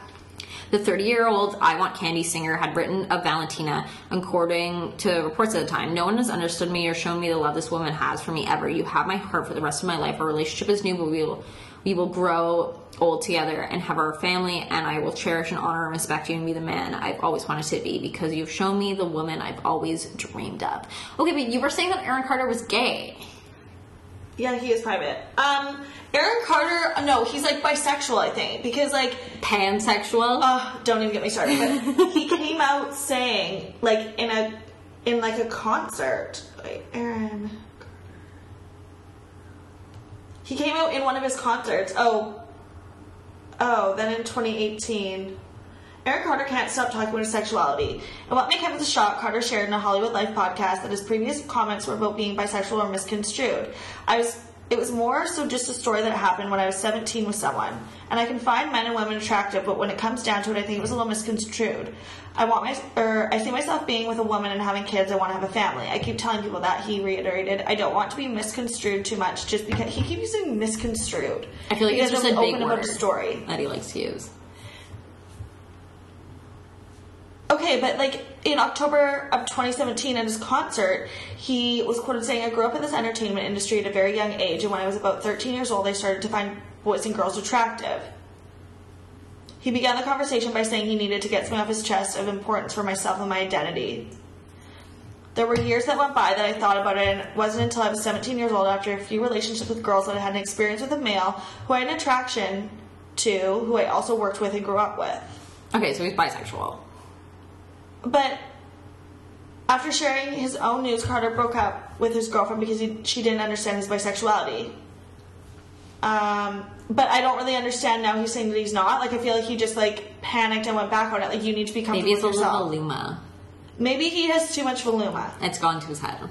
The 30 year old I Want Candy singer had written of Valentina, according to reports at the time. No one has understood me or shown me the love this woman has for me ever. You have my heart for the rest of my life. Our relationship is new, but we will, we will grow old together and have our family, and I will cherish and honor and respect you and be the man I've always wanted to be because you've shown me the woman I've always dreamed of. Okay, but you were saying that Aaron Carter was gay.
Yeah, he is private. Um, Aaron Carter, uh, no, he's like bisexual, I think, because like,
Pansexual?
uh, don't even get me started. But he came out saying, like, in a, in like a concert, like, Aaron. Carter. He came out in one of his concerts. Oh, oh, then in 2018. Aaron Carter can't stop talking about his sexuality. And what may come as a shock, Carter shared in a Hollywood Life podcast that his previous comments were about being bisexual or misconstrued. I was it was more so just a story that happened when I was 17 with someone. And I can find men and women attractive, but when it comes down to it, I think it was a little misconstrued. I want my, or I see myself being with a woman and having kids. I want to have a family. I keep telling people that. He reiterated, I don't want to be misconstrued too much, just because he keeps using misconstrued.
I feel like
Because
it's just
I'm
a big
open about
word
the story.
that he likes to use.
Okay, but like in October of 2017 at his concert, he was quoted saying, I grew up in this entertainment industry at a very young age, and when I was about 13 years old, I started to find boys and girls attractive. He began the conversation by saying he needed to get something off his chest of importance for myself and my identity. There were years that went by that I thought about it, and it wasn't until I was 17 years old after a few relationships with girls that I had an experience with a male who I had an attraction to, who I also worked with and grew up with.
Okay, so he's bisexual.
But after sharing his own news, Carter broke up with his girlfriend because he, she didn't understand his bisexuality. Um, but I don't really understand now. He's saying that he's not. Like I feel like he just like panicked and went back on it. Like you need to be comfortable
Maybe it's a
with yourself.
little Luma.
Maybe he has too much voluma
It's gone to his head.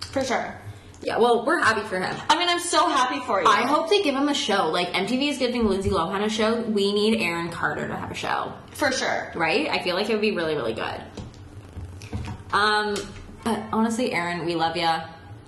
for sure.
Yeah, well, we're happy for him.
I mean, I'm so happy for you.
I hope they give him a show. Like MTV is giving Lindsay Lohan a show. We need Aaron Carter to have a show,
for sure.
right? I feel like it would be really, really good. Um, but honestly, Aaron, we love you.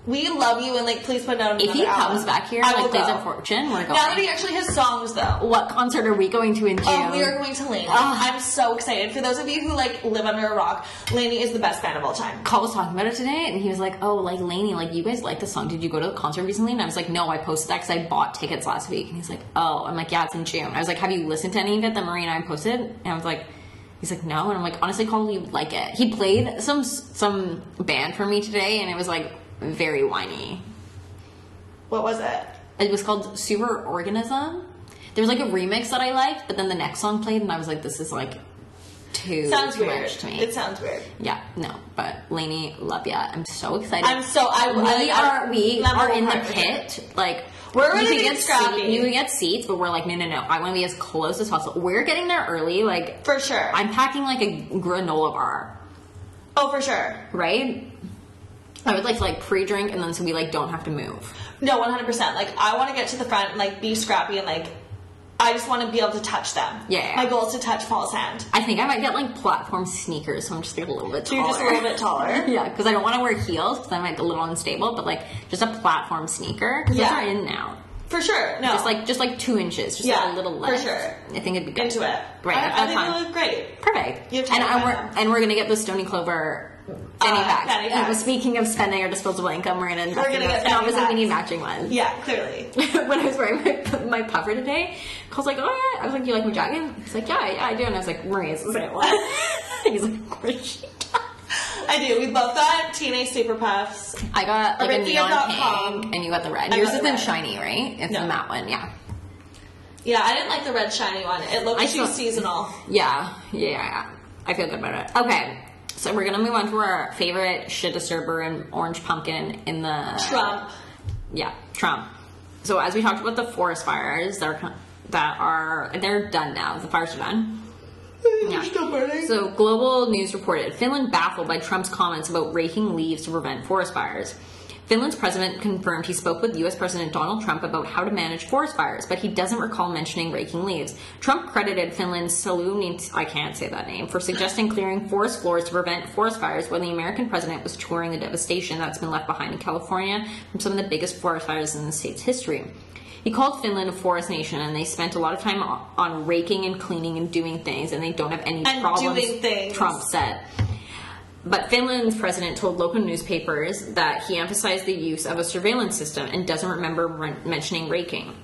We love you and like please put down.
If he
another
comes
album.
back here
I
and
will
like plays
go.
a fortune, we're going.
Now that he actually has songs though.
what concert are we going to in June?
Oh, we are going to Laney.
Ah.
I'm so excited. For those of you who like live under a rock, Laney is the best band of all time.
Cole was talking about it today, and he was like, "Oh, like Lainey, like you guys like the song. Did you go to the concert recently?" And I was like, "No, I posted that because I bought tickets last week." And he's like, "Oh," I'm like, "Yeah, it's in June." I was like, "Have you listened to any of it that Marie and I posted?" And I was like, "He's like, no," and I'm like, "Honestly, Cole, you would like it." He played some some band for me today, and it was like very whiny.
What was it?
It was called Super Organism. There was like a remix that I liked, but then the next song played, and I was like, "This is like too
Sounds
too
weird.
much to me."
It sounds weird.
Yeah, no, but Lainey, love ya. I'm so excited.
I'm so I
we
I- I-
are we
Lemon
are in the
Park.
pit. Like
We're ready
you
to
can
get
get
scrappy.
seat- you can get seats, but we're like, no, no, no. I want to be as close as possible. We're getting there early. Like
For sure.
I'm packing like a granola bar,
oh, for sure.
right? I would like to like pre-drink and then so we like don't have to move.
No, 100%. Like I want to get to the front and like be scrappy and like I just want to be able to touch them.
Yeah.
My goal is to touch Paul's hand.
I think I might get like platform sneakers, so I'm just like a little bit
So you're
taller.
just a little bit taller.
yeah, because I don't want to wear heels because I'm like a little unstable, but like just a platform sneaker because
Yeah.
those are in now.
For sure. No.
Just like just like two inches, just
Yeah,
like a little
for
less.
sure.
I think it'd be good.
into it.
Right.
I,
at that
I think
time.
you look great.
Perfect.
You have to
and
get
I
it
we're
back.
and we're gonna get the Stony Clover Fanny
Uh,
pack.
fanny pack.
And speaking of spending our disposable income, we're gonna invest in
gonna get
those. and
fanny
obviously
packs.
we need matching ones.
Yeah, clearly.
when I was wearing my, my puffer today, Cole's like, "Oh yeah," I was like, "You like my jacket?" He's like, "Yeah, yeah, I do." And I was like, "Maria's the same one." He's like, "Of course she does."
I do. We both got TNA Super Puffs.
I got like a
Aritzia.com.
neon pink, and you got the red.
I
Yours
got
is
the
in
red.
shiny, right? It's
No.
in that one, yeah.
Yeah, I didn't like the red shiny one. It looked
I
too
saw-
seasonal.
Yeah, yeah, yeah. I feel good about it. Okay, so we're gonna move on to our favorite shit disturber and orange pumpkin in the
Trump.
Yeah, Trump. So as we talked about the forest fires, they're co- that are they're done now. The fires are done. Yeah.
Still burning.
So global news reported Finland baffled by Trump's comments about raking leaves to prevent forest fires. Finland's president confirmed he spoke with U.S. President Donald Trump about how to manage forest fires, but he doesn't recall mentioning raking leaves. Trump credited Finland's Salumins, I can't say that name, for suggesting clearing forest floors to prevent forest fires when the American president was touring the devastation that's been left behind in California from some of the biggest forest fires in the state's history. He called Finland a forest nation, and they spent a lot of time on- on raking and cleaning and doing things, and they don't have any
And
problems.
doing things.
Trump said. But Finland's president told local newspapers that he emphasized the use of a surveillance system and doesn't remember ren- mentioning raking.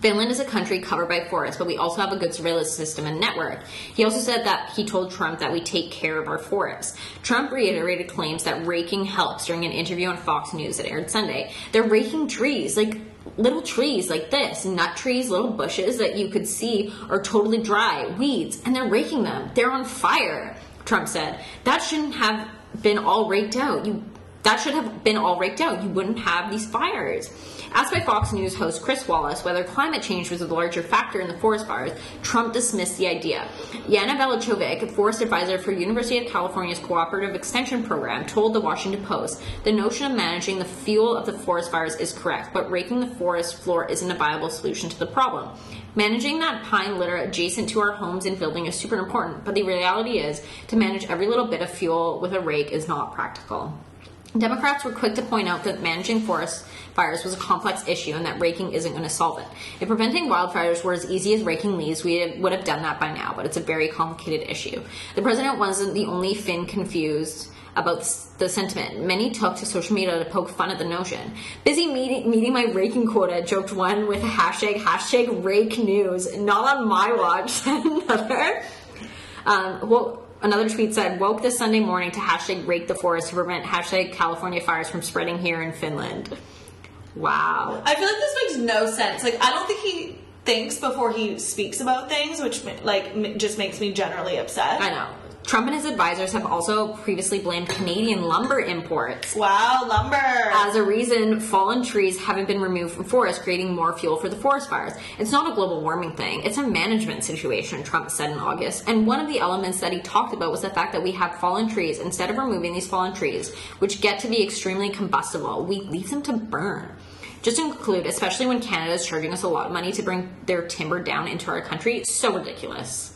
Finland is a country covered by forests, but we also have a good surveillance system and network. He also said that he told Trump that we take care of our forests. Trump reiterated claims that raking helps during an interview on Fox News that aired Sunday. They're raking trees, like little trees like this, nut trees, little bushes that you could see are totally dry, weeds, and they're raking them. They're on fire, Trump said. That shouldn't have been all raked out. You that should have been all raked out. You wouldn't have these fires. Asked by Fox News host Chris Wallace whether climate change was a larger factor in the forest fires, Trump dismissed the idea. Yana Velichovic, forest advisor for University of California's Cooperative Extension Program, told the Washington Post, "The notion of managing the fuel of the forest fires is correct, but raking the forest floor isn't a viable solution to the problem. Managing that pine litter adjacent to our homes and building is super important, but the reality is to manage every little bit of fuel with a rake is not practical." Democrats were quick to point out that managing forest fires was a complex issue and that raking isn't going to solve it. If preventing wildfires were as easy as raking leaves, we would have done that by now, but it's a very complicated issue. The president wasn't the only Finn confused about s- the sentiment. Many took to social media to poke fun at the notion. Busy meeting, meeting my raking quota, joked one with a hashtag, hashtag rake news. Not on my watch, said another. Um, well, another tweet said, "Woke this Sunday morning to hashtag rake the forest to prevent hashtag California fires from spreading here in Finland." Wow.
I feel like this makes no sense. Like, I don't think he thinks before he speaks about things, which like m- just makes me generally upset.
I know. Trump and his advisors have also previously blamed Canadian lumber imports
wow, lumber.
as a reason fallen trees haven't been removed from forests, creating more fuel for the forest fires. It's not a global warming thing, it's a management situation, Trump said in August. And one of the elements that he talked about was the fact that we have fallen trees. Instead of removing these fallen trees, which get to be extremely combustible, we leave them to burn. Just include, especially when Canada is charging us a lot of money to bring their timber down into our country, so ridiculous.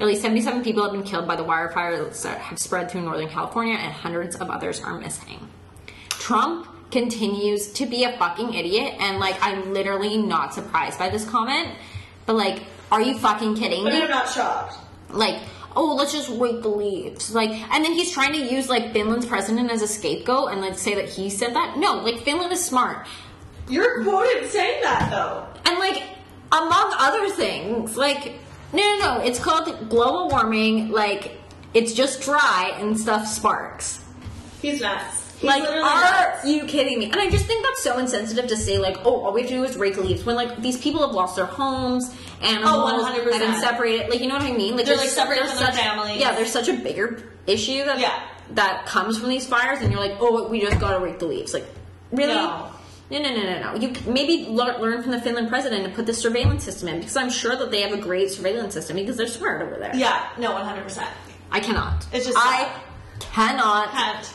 At least 77 people have been killed by the wildfires that have spread through Northern California, and hundreds of others are missing. Trump continues to be a fucking idiot and like I'm literally not surprised by this comment. But like, are you fucking kidding
But
me?
I'm not shocked.
Like, oh, let's just rake the leaves. Like, and then he's trying to use like Finland's president as a scapegoat and like say that he said that. No, like Finland is smart.
You're quoted saying that though.
And like, among other things, like, no, no, no, it's called global warming. Like, it's just dry and stuff sparks.
He's nuts. He's
like,
literally
are
nuts.
you kidding me? And I just think that's so insensitive to say, like, oh, all we have to do is rake leaves when, like, these people have lost their homes,
Oh,
animals have
100%.
been separated. Like, you know what I mean?
They're,
there's-
like, separated
there's
from their
such-
families.
Yeah, there's such a bigger issue that
Yeah.
that comes from these fires, and you're like, oh, we just gotta rake the leaves. Like, really?
No.
No, no, no, no, no. You c- maybe lear- learn from the Finland president and put the surveillance system in because I'm sure that they have a great surveillance system because they're smart over there.
Yeah, no, 100%.
I cannot.
It's just-
I cannot.
Can't.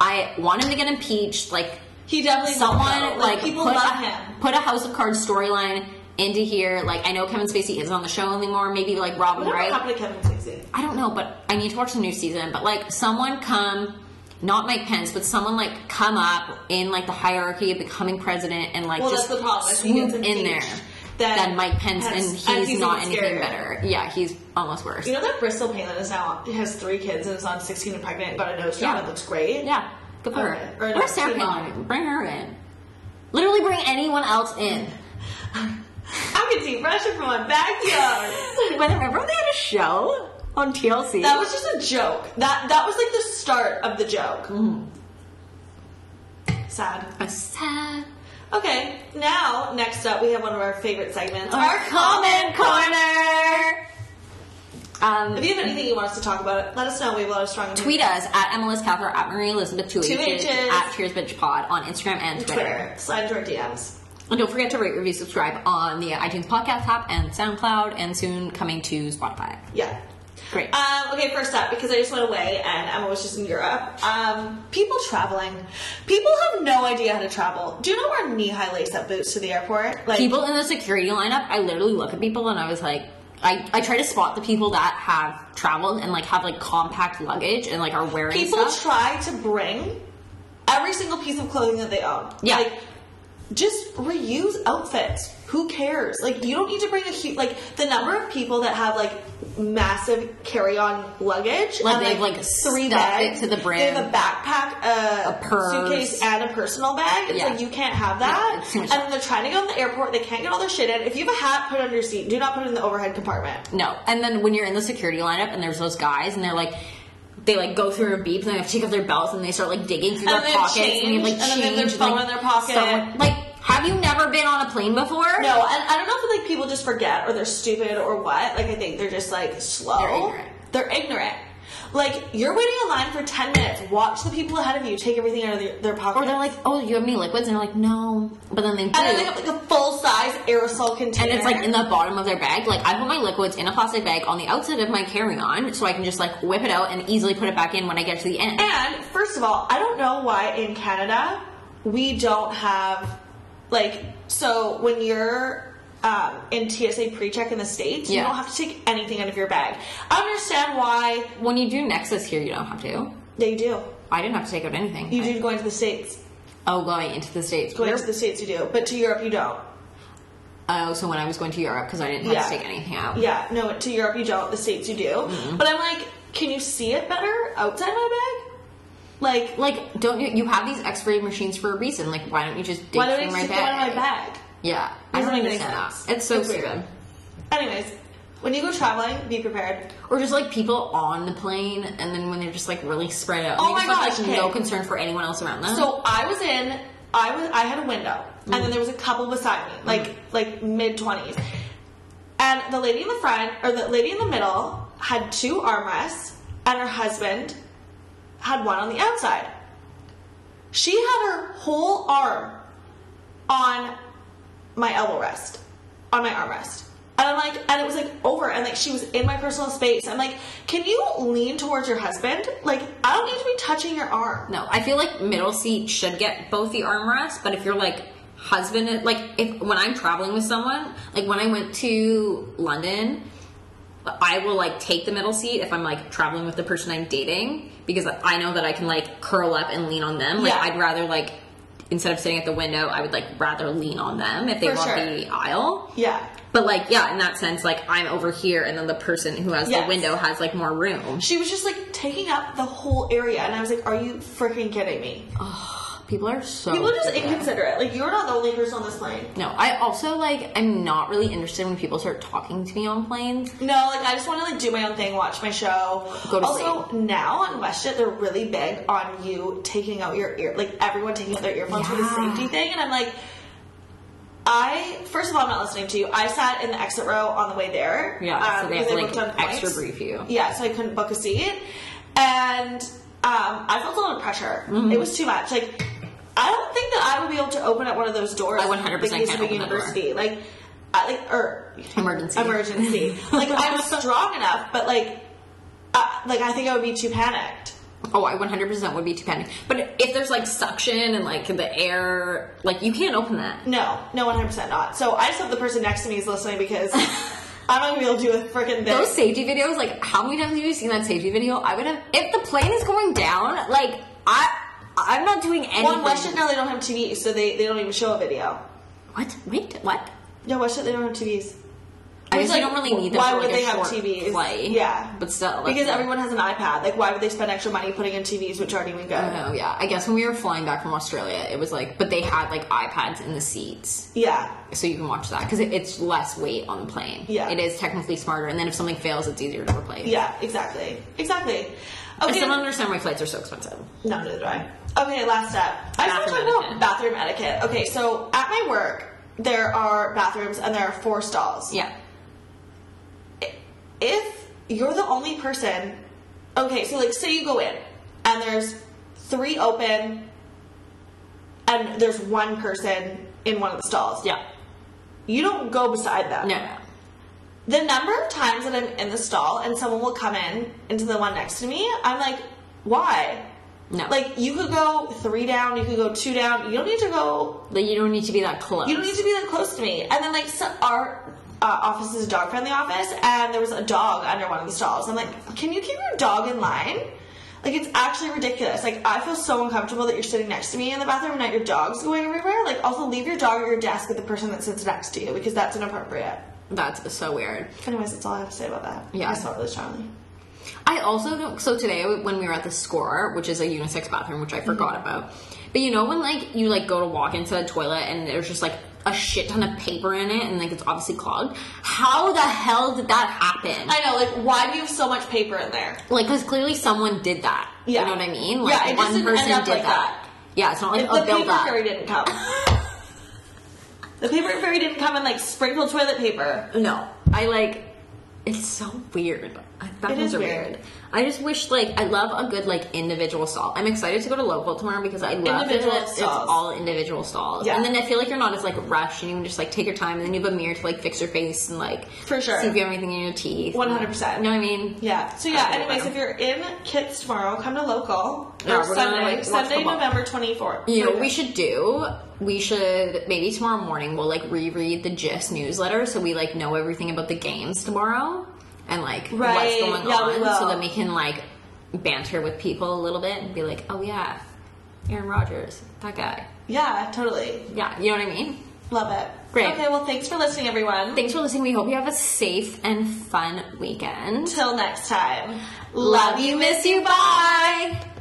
I want him to get impeached. Like
He definitely will,
someone
though.
like,
people
put,
love
a,
him.
put a House of Cards storyline into here. Like I know Kevin Spacey isn't on the show anymore. Maybe like Robin
Whatever
Wright.
happened to Kevin Spacey?
I don't know, but I need to watch the new season. But like someone come, not Mike Pence, but someone like come up in like the hierarchy of becoming president and like
Well,
just
that's the problem. If he
swoop
gets
in there.
impeached, then
than Mike Pence, and
Pence- and
he's,
he's
not
even
anything
scarier.
better. Yeah, he's almost worse.
You know that Bristol Palin is now has three kids and is on 16 and pregnant, got a nose job.
Yeah.
It looks great.
yeah, good for
Okay.
her.
Or no,
Where's Sarah
she's not.
Palin? Bring her in. Literally, bring anyone else in.
I can see Russia from my backyard.
But remember when they had a show on TLC?
that was just a joke. That that was like the start of the joke.
Mm-hmm.
Sad.
a sad.
Okay, now next up we have one of our favorite segments,
Our comment corner.
If
Um,
you have anything you want us to talk about, let us know. We have a lot of strong
tweet us at MLS Cather at Marie Elizabeth two,
Two
H's,
H's.
at Cheers Bitch Pod on Instagram and Twitter.
Twitter. Slide into our DMs.
And don't forget to rate, review, subscribe on the iTunes podcast app and SoundCloud, and soon coming to Spotify. Uh,
Yeah.
Great.
Um, okay, first up, because I just went away and Emma was just in Europe. Um, people traveling. People have no idea how to travel. Do you know wear knee high lace up boots to the airport? Like
people in the security lineup, I literally look at people and I was like, I, I try to spot the people that have traveled and like have like compact luggage and like are wearing
people
stuff.
try to bring every single piece of clothing that they own.
Yeah.
Like just reuse outfits. Who cares? Like you don't need to bring a huge like the number of people that have like massive carry-on luggage.
Like,
and,
they've, like, stuffed it to the
They have
brim.
a backpack, a,
A purse.
suitcase, and a personal bag. It's
Yeah.
like you can't have
Yeah,
that.
it's too much.
and then they're trying to go in the airport. They can't get all their shit in. If you have a hat, put it under your seat. Do not put it in the overhead compartment.
No. And then when you're in the security lineup and there's those guys and they're like, they like go through a beep and they have to take off their belts and they start like digging through their
And they have
pockets and they like
change, and
change
then they have their
and,
phone
like,
in their pocket.
someone- like, have you never been on a plane before?
No, and I don't know if like people just forget or they're stupid or what. Like I think they're just like slow.
They're ignorant.
They're ignorant. Like you're waiting in line for ten minutes. Watch the people ahead of you take everything out of their, their pocket.
Or they're like, oh, you have any liquids? And they're like, no. But then they do.
and then they have like a full size aerosol container.
and it's like in the bottom of their bag. Like I put my liquids in a plastic bag on the outside of my carry-on, so I can just like whip it out and easily put it back in when I get to the end.
And first of all, I don't know why in Canada we don't have like so when you're um, in TSA pre-check in the states, you
Yeah.
don't have to take anything out of your bag. I understand why
When you do Nexus here, you don't have to.
they do.
I didn't have to take out anything.
You
I-
do going to the states.
Oh, going into the states.
Going
Where-
to the states, you do, but to Europe, you don't.
Oh, so when I was going to Europe, because I didn't have
Yeah.
to take anything out.
Yeah, no, to Europe, you don't. The states, you do. But I'm like, can you see it better outside my bag? Like,
Like, don't you? You have these X-ray machines for a reason. Like, why don't you just dig
why don't
through
I
my
stick
bag?
that in my bag?
Yeah, I
Doesn't
don't
make any
understand that.
sense.
It's so
It's weird.
stupid.
Anyways, when you go traveling, be prepared.
Or just like people on the plane, and then when they're just like really spread out,
Oh
they
my
just have,
gosh,
like
okay.
no concern for anyone else around them.
So I was in, I was, I had a window, and then there was a couple beside me, like like mid twenties, and the lady in the front or the lady in the middle had two armrests, and her husband had one on the outside. She had her whole arm on my elbow rest, on my armrest. And I'm like, and it was like over, and like she was in my personal space. I'm like, can you lean towards your husband? Like, I don't need to be touching your arm.
No, I feel like middle seat should get both the armrests, but if you're like husband, like if when I'm traveling with someone, like when I went to London, I will like take the middle seat if I'm like traveling with the person I'm dating because I know that I can like curl up and lean on them. Like
Yeah.
I'd rather like instead of sitting at the window, I would like rather lean on them if they
For
were
sure.
on the aisle.
Yeah.
But like, yeah, in that sense, like I'm over here, and then the person who has
Yes.
the window has like more room.
She was just like taking up the whole area, and I was like, "Are you freaking kidding me?" Um,
People are so
People are just
stupid.
inconsiderate. Like you're not the only person on this plane.
No, I also like I'm not really interested when people start talking to me on planes.
No, like I just want to like do my own thing, watch my show.
Go to
also, now on WestJet, they're really big on you taking out your ear, like everyone taking out their earphones for the
Yeah.
safety thing, and I'm like, I first of all, I'm not listening to you. I sat in the exit row on the way there. um,
Yeah, so they have
because
to,
I
like,
booked on
extra
flights.
brief you.
Yeah, so I couldn't book a seat, and um, I felt a lot of pressure.
Mm-hmm.
It was too much. Like, I don't think that I would be able to open up one of those doors.
I
at
100%
the
can't open that door.
university. Like, I, like or
Emergency.
emergency. like I'm strong enough, but like, uh, like I think I would be too panicked.
Oh, I 100% would be too panicked. But if there's like suction and like the air, like you can't open that.
No, no, one hundred percent not. So I just hope the person next to me is listening because I'm not gonna be able to do a freaking thing.
Those safety videos, like how many times have you seen that safety video? I would have if the plane is going down, like I I'm not doing anything.
One Westjet now they don't have TVs, so they, they don't even show a video.
What? Wait, what?
Yeah, Westjet they don't have TVs.
I
Which,
guess you don't really need them
Why
for,
would
like, a
they have
short
TVs?
flight.
Yeah,
But still, like-
because everyone has an iPad. Like, why would they spend extra money putting in TVs which aren't even good?
I don't know, yeah. I guess when we were flying back from Australia, it was like, but they had like iPads in the seats.
Yeah,
so you can watch that because it, it's less weight on the plane.
Yeah.
it is technically smarter, and then if something fails, it's easier to replace.
yeah, exactly, exactly.
I
Okay,
still don't understand why flights are so expensive.
No, neither do I. Okay, last step. I just want
Bathroom
to talk about
etiquette.
bathroom etiquette. Okay, so at my work, there are bathrooms and there are four stalls.
Yeah,
If you're the only person, okay, so like say you go in and there's three open and there's one person in one of the stalls.
yeah,
You don't go beside them.
no, no.
The number of times that I'm in the stall and someone will come in into the one next to me, I'm like, why?
No.
Like you could go three down, you could go two down. You don't need to go.
Like, you don't need to be that close.
You don't need to be that close to me. And then like so our uh, office is a dog friendly office, and there was a dog under one of the stalls. I'm like, can you keep your dog in line? Like it's actually ridiculous. Like I feel so uncomfortable that you're sitting next to me in the bathroom and that your dog's going everywhere. Like also leave your dog at your desk with the person that sits next to you because that's inappropriate.
That's so weird.
Anyways, that's all I have to say about that.
Yeah.
I saw this Charlie.
I also don't. So today, when we were at the Score, which is a unisex bathroom,
Mm-hmm.
which I forgot about, but you know when like you like go to walk into the toilet and there's just like a shit ton of paper in it and like it's obviously clogged. How the hell did that happen?
I know. Like, why do you have so much paper in there?
Like, because clearly someone did that.
Yeah.
You know what I mean?
Yeah,
Like,
it
one
doesn't
person
end up
did
like
that.
that.
Yeah, it's not like
If
a
the
build
paper
up.
fairy didn't come. the paper fairy didn't come and like sprinkle toilet paper.
No, I like. It's so weird. I- That
It
is
is
weird.
weird.
I just wish, like, I love a good like individual stall. I'm excited to go to local tomorrow because I love
Individual
that it's
stalls.
all individual stalls.
Yeah.
And then I feel like you're not as like rushed, and you can just like take your time, and then you have a mirror to like fix your face and like
For sure.
see if you have anything in your teeth.
100%.
You know what I mean?
Yeah. So yeah.
I don't
Anyways,
know.
if you're in Kits tomorrow, come to local.
Yeah,
or
we're gonna,
Sunday,
like, watch
Sunday,
football.
November twenty fourth.
You know what we should do? We should maybe tomorrow morning we'll like reread the GIST newsletter so we like know everything about the games tomorrow and like
Right.
what's going
Yeah,
on
we
so
will.
then we can like banter with people a little bit and be like, Oh yeah, Aaron Rodgers, that guy.
Yeah. Totally.
Yeah, you know what I mean?
Love it.
Great.
Okay. Well, thanks for listening, everyone.
Thanks for listening. We hope you have a safe and fun weekend.
Till next time.
Love you, miss you, bye.